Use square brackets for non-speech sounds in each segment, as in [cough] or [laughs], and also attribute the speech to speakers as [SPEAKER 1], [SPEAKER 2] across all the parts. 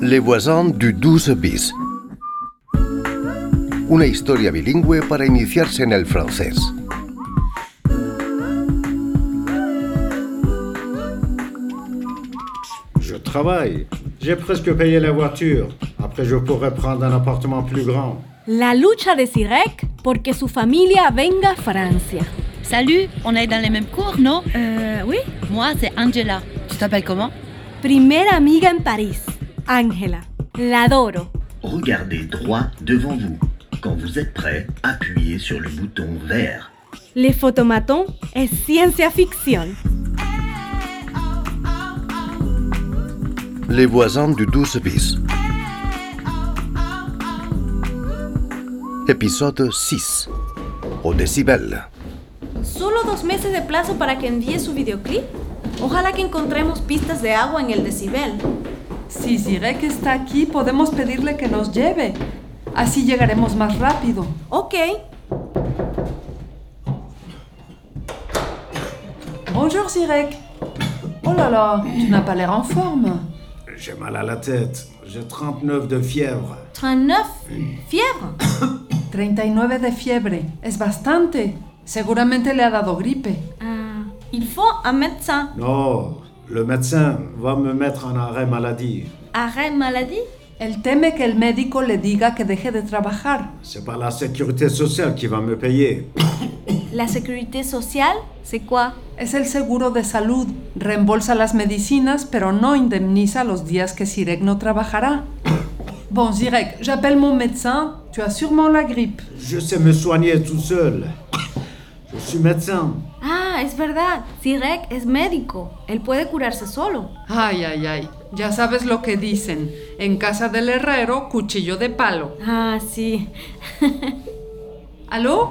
[SPEAKER 1] Les voisins du 12 bis. Una historia bilingüe para iniciarse en el francés.
[SPEAKER 2] Je travaille. J'ai presque payé la voiture. Après, je pourrais prendre un appartement plus grand.
[SPEAKER 3] La lucha de Sirek porque su familia venga a Francia.
[SPEAKER 4] Salut, on est dans les mêmes cours, non
[SPEAKER 5] Eh,
[SPEAKER 6] Euh, oui,
[SPEAKER 4] Moi, c'est Angela. Tu t'appelles comment
[SPEAKER 3] Primera amiga en París, Ángela. La adoro.
[SPEAKER 7] Regardez droit devant vous. Quand vous êtes prêt, appuyez sur le bouton vert.
[SPEAKER 3] Le Photomaton es ciencia ficción.
[SPEAKER 1] Les voisins du 12 bis. Épisode 6. Au décibel.
[SPEAKER 5] Solo dos meses de plazo para que envíe su videoclip. Ojalá que encontremos pistas de agua en el decibel.
[SPEAKER 8] Si Zirek está aquí, podemos pedirle que nos lleve. Así llegaremos más rápido.
[SPEAKER 5] Ok,
[SPEAKER 8] Bonjour Zirek. Oh là là, tu n'as pas l'air en forme.
[SPEAKER 2] J'ai mal à la tête. J'ai 39 de fièvre.
[SPEAKER 5] 39. Fiebre.
[SPEAKER 8] 39 de fiebre. Es bastante. Seguramente le ha dado gripe.
[SPEAKER 5] Ah, il faut un médecin.
[SPEAKER 2] Non, le médecin va me mettre en arrêt maladie.
[SPEAKER 5] Arrêt maladie.
[SPEAKER 8] Él teme que el médico le diga que deje de trabajar.
[SPEAKER 2] C'est pas la sécurité sociale qui va me payer.
[SPEAKER 5] La sécurité sociale, c'est quoi
[SPEAKER 8] Es el seguro de salud. Reembolsa las medicinas, pero no indemniza los días que Zirek no trabajará. Bon, Zirek, j'appelle mon médecin. Tu as sûrement la grippe.
[SPEAKER 2] Je sais me soigner tout seul. Je suis médecin.
[SPEAKER 5] Ah, es verdad. Sirek es médico. Él puede curarse solo.
[SPEAKER 8] Ay, ay, ay. Ya sabes lo que dicen. En casa del herrero, cuchillo de palo.
[SPEAKER 5] Ah, sí.
[SPEAKER 8] Allô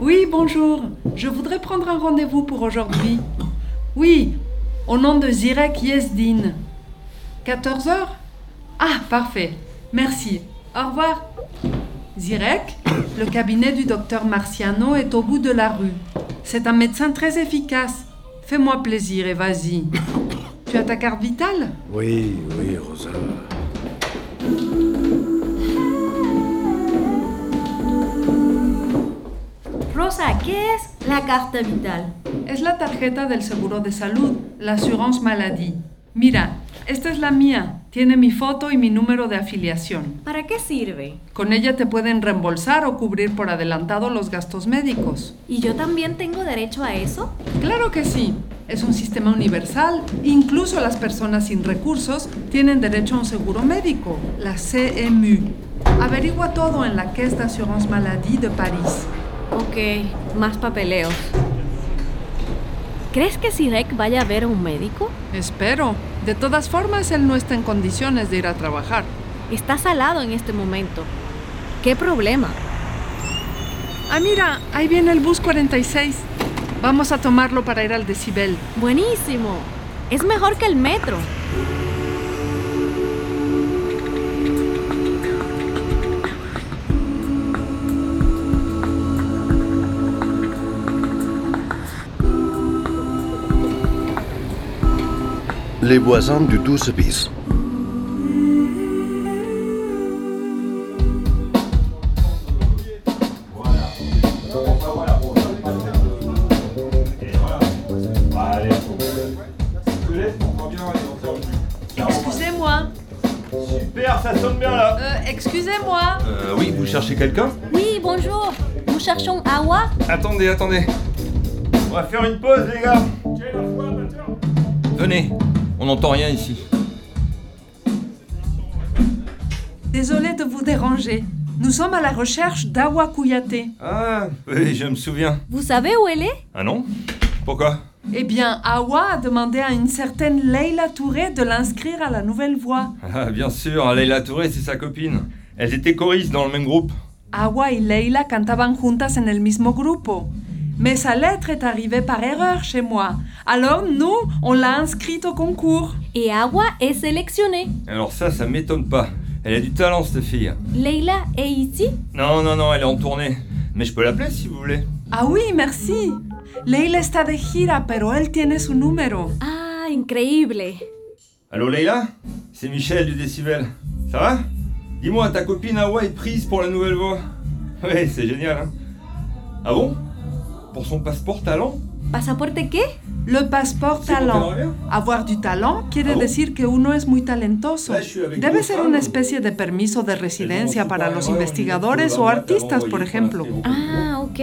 [SPEAKER 8] Oui, bonjour. Je voudrais prendre un rendez-vous pour aujourd'hui. Oui, au nom de Zirek Yezdin. 14h Ah, parfait. Merci. Au revoir. Zirek, le cabinet du docteur Marciano est au bout de la rue. C'est un médecin très efficace. Fais-moi plaisir et vas-y. Tu as ta carte vitale
[SPEAKER 2] Oui, oui, Rosa.
[SPEAKER 5] Rosa, ¿qué es la carta vital?
[SPEAKER 8] Es la tarjeta del seguro de salud, la assurance maladie. Mira, esta es la mía. Tiene mi foto y mi número de afiliación.
[SPEAKER 5] ¿Para qué sirve?
[SPEAKER 8] Con ella te pueden reembolsar o cubrir por adelantado los gastos médicos.
[SPEAKER 5] ¿Y yo también tengo derecho a eso?
[SPEAKER 8] Claro que sí. Es un sistema universal. Incluso las personas sin recursos tienen derecho a un seguro médico, la CMU. Averigua todo en la Caisse d'Assurance Maladie de París.
[SPEAKER 5] Ok, más papeleos. ¿Crees que Sirek vaya a ver a un médico?
[SPEAKER 8] Espero. De todas formas, él no está en condiciones de ir a trabajar.
[SPEAKER 5] Está salado en este momento. ¿Qué problema?
[SPEAKER 8] Ah, mira, ahí viene el bus 46. Vamos a tomarlo para ir al decibel.
[SPEAKER 5] Buenísimo. Es mejor que el metro.
[SPEAKER 1] Les voisins du 12 bis.
[SPEAKER 8] Excusez-moi.
[SPEAKER 9] Super, ça sonne bien là
[SPEAKER 8] Euh, excusez-moi.
[SPEAKER 9] Euh, oui, vous cherchez quelqu'un
[SPEAKER 5] Oui, bonjour. Nous cherchons agua.
[SPEAKER 9] Attendez, attendez. On va faire une pause, les gars. Venez, on n'entend rien ici.
[SPEAKER 8] Désolée de vous déranger. Nous sommes à la recherche d'Awa Kouyaté.
[SPEAKER 9] Ah, oui, je me souviens.
[SPEAKER 5] Vous savez où elle est
[SPEAKER 9] Ah non Pourquoi
[SPEAKER 8] Eh bien, Awa a demandé à une certaine Leila Touré de l'inscrire à la nouvelle voie.
[SPEAKER 9] Ah, bien sûr, Leila Touré, c'est sa copine. Elles étaient choristes dans le même groupe.
[SPEAKER 8] Awa y Leila cantaban juntas en el mismo grupo. Mais sa lettre est arrivée par erreur chez moi. Alors nous, on l'a inscrite au concours.
[SPEAKER 5] Et E agua es sélectionnée.
[SPEAKER 9] Alors ça, ça m'étonne pas. Elle a du talent, cette fille.
[SPEAKER 5] Leila ¿e est ici
[SPEAKER 9] Non, non, non, elle est en tournée. Mais je peux l'appeler si vous voulez.
[SPEAKER 8] Ah oui, merci. Leila está de gira, pero él tiene su número.
[SPEAKER 5] Ah, increíble.
[SPEAKER 9] Allô, Leila C'est Michel du Décibel. Ça va Dis-moi, ta copine Hawa est prise pour la nouvelle voix. [laughs] Ouais, c'est génial, hein Ah bon Pour son passeport talent
[SPEAKER 5] ¿Pasaporte qué?
[SPEAKER 8] Le passeport
[SPEAKER 9] C'est pour
[SPEAKER 8] talent.
[SPEAKER 9] Canaria
[SPEAKER 8] Avoir du talent quiere
[SPEAKER 9] Ah bon
[SPEAKER 8] decir que uno es muy talentoso.
[SPEAKER 9] Là, je suis avec
[SPEAKER 8] Debe
[SPEAKER 9] d'autres
[SPEAKER 8] ser
[SPEAKER 9] femmes.
[SPEAKER 8] una especie de permiso de residencia para los investigadores o artistas, por ejemplo.
[SPEAKER 5] Ah, ok.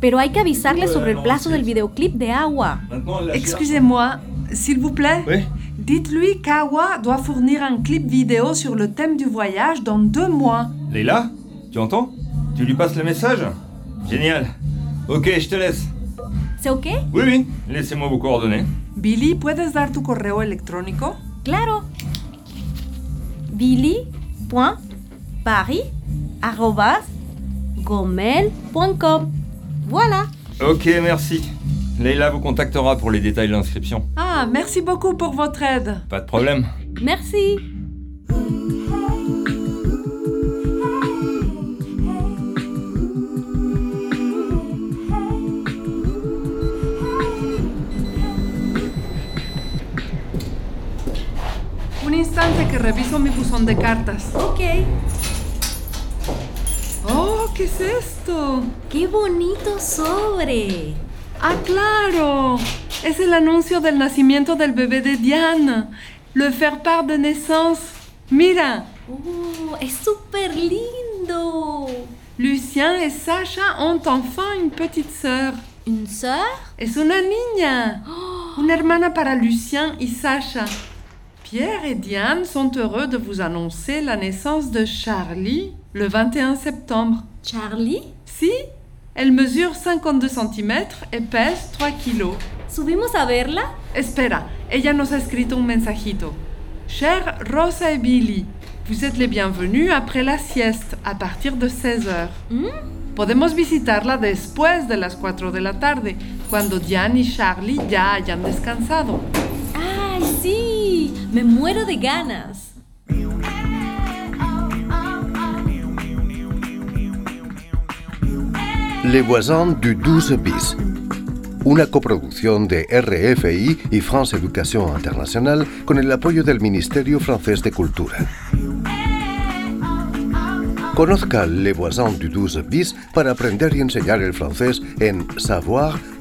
[SPEAKER 5] Pero hay que avisarle sobre el plazo del videoclip de agua.
[SPEAKER 9] Maintenant, elle la
[SPEAKER 8] Excusez-moi, s'il vous plaît.
[SPEAKER 9] Oui
[SPEAKER 8] Dites-lui qu'Awa doit fournir un clip vidéo sur le thème du voyage dans deux mois.
[SPEAKER 9] Leila Tu entends Tu lui passes le message Génial. Ok, je te laisse.
[SPEAKER 5] ¿Se o qué?
[SPEAKER 9] Oui, oui, laissez-moi vos coordonnées.
[SPEAKER 8] Billy, ¿puedes dar tu correo electrónico?
[SPEAKER 5] Claro. Billy.paris arrobas gomel.com. Voilà.
[SPEAKER 9] Ok, merci. Leila vous contactera pour les détails de l'inscription.
[SPEAKER 8] Ah, merci beaucoup pour votre aide.
[SPEAKER 9] Pas de problème.
[SPEAKER 5] Merci.
[SPEAKER 8] Un instante que reviso mi buzón de cartas.
[SPEAKER 5] Ok.
[SPEAKER 8] Oh, ¿qué es esto?
[SPEAKER 5] ¡Qué bonito sobre!
[SPEAKER 8] Ah, claro. Es el anuncio del nacimiento del bebé de Diane. Le faire part de naissance. Mira,
[SPEAKER 5] ¡Uh! ¡Es súper lindo!
[SPEAKER 8] Lucien et Sacha ont enfin une petite sœur.
[SPEAKER 5] ¿Une sœur?
[SPEAKER 8] Es una niña. Una hermana para Lucien y Sacha. Pierre et Diane sont heureux de vous annoncer la naissance de Charlie le 21 septembre.
[SPEAKER 5] ¿Charlie?
[SPEAKER 8] Si, elle mesure 52 cm et pèse 3 kilos.
[SPEAKER 5] ¿Subimos a verla?
[SPEAKER 8] Espera, ella nos a escrito un mensajito. Cher Rosa et Billy, vous êtes les bienvenus après la sieste à partir de 16h. Podemos visitarla después de las 4 de la tarde, cuando Diane y Charlie ya hayan descansado.
[SPEAKER 5] ¡Ay, sí! ¡Me muero de ganas!
[SPEAKER 1] Les Voisins du 12 bis. Una coproducción de RFI y France Education International con el apoyo del Ministerio Francés de Cultura. Conozca Les Voisins du 12 bis para aprender y enseñar el francés en savoir.rfi.fr.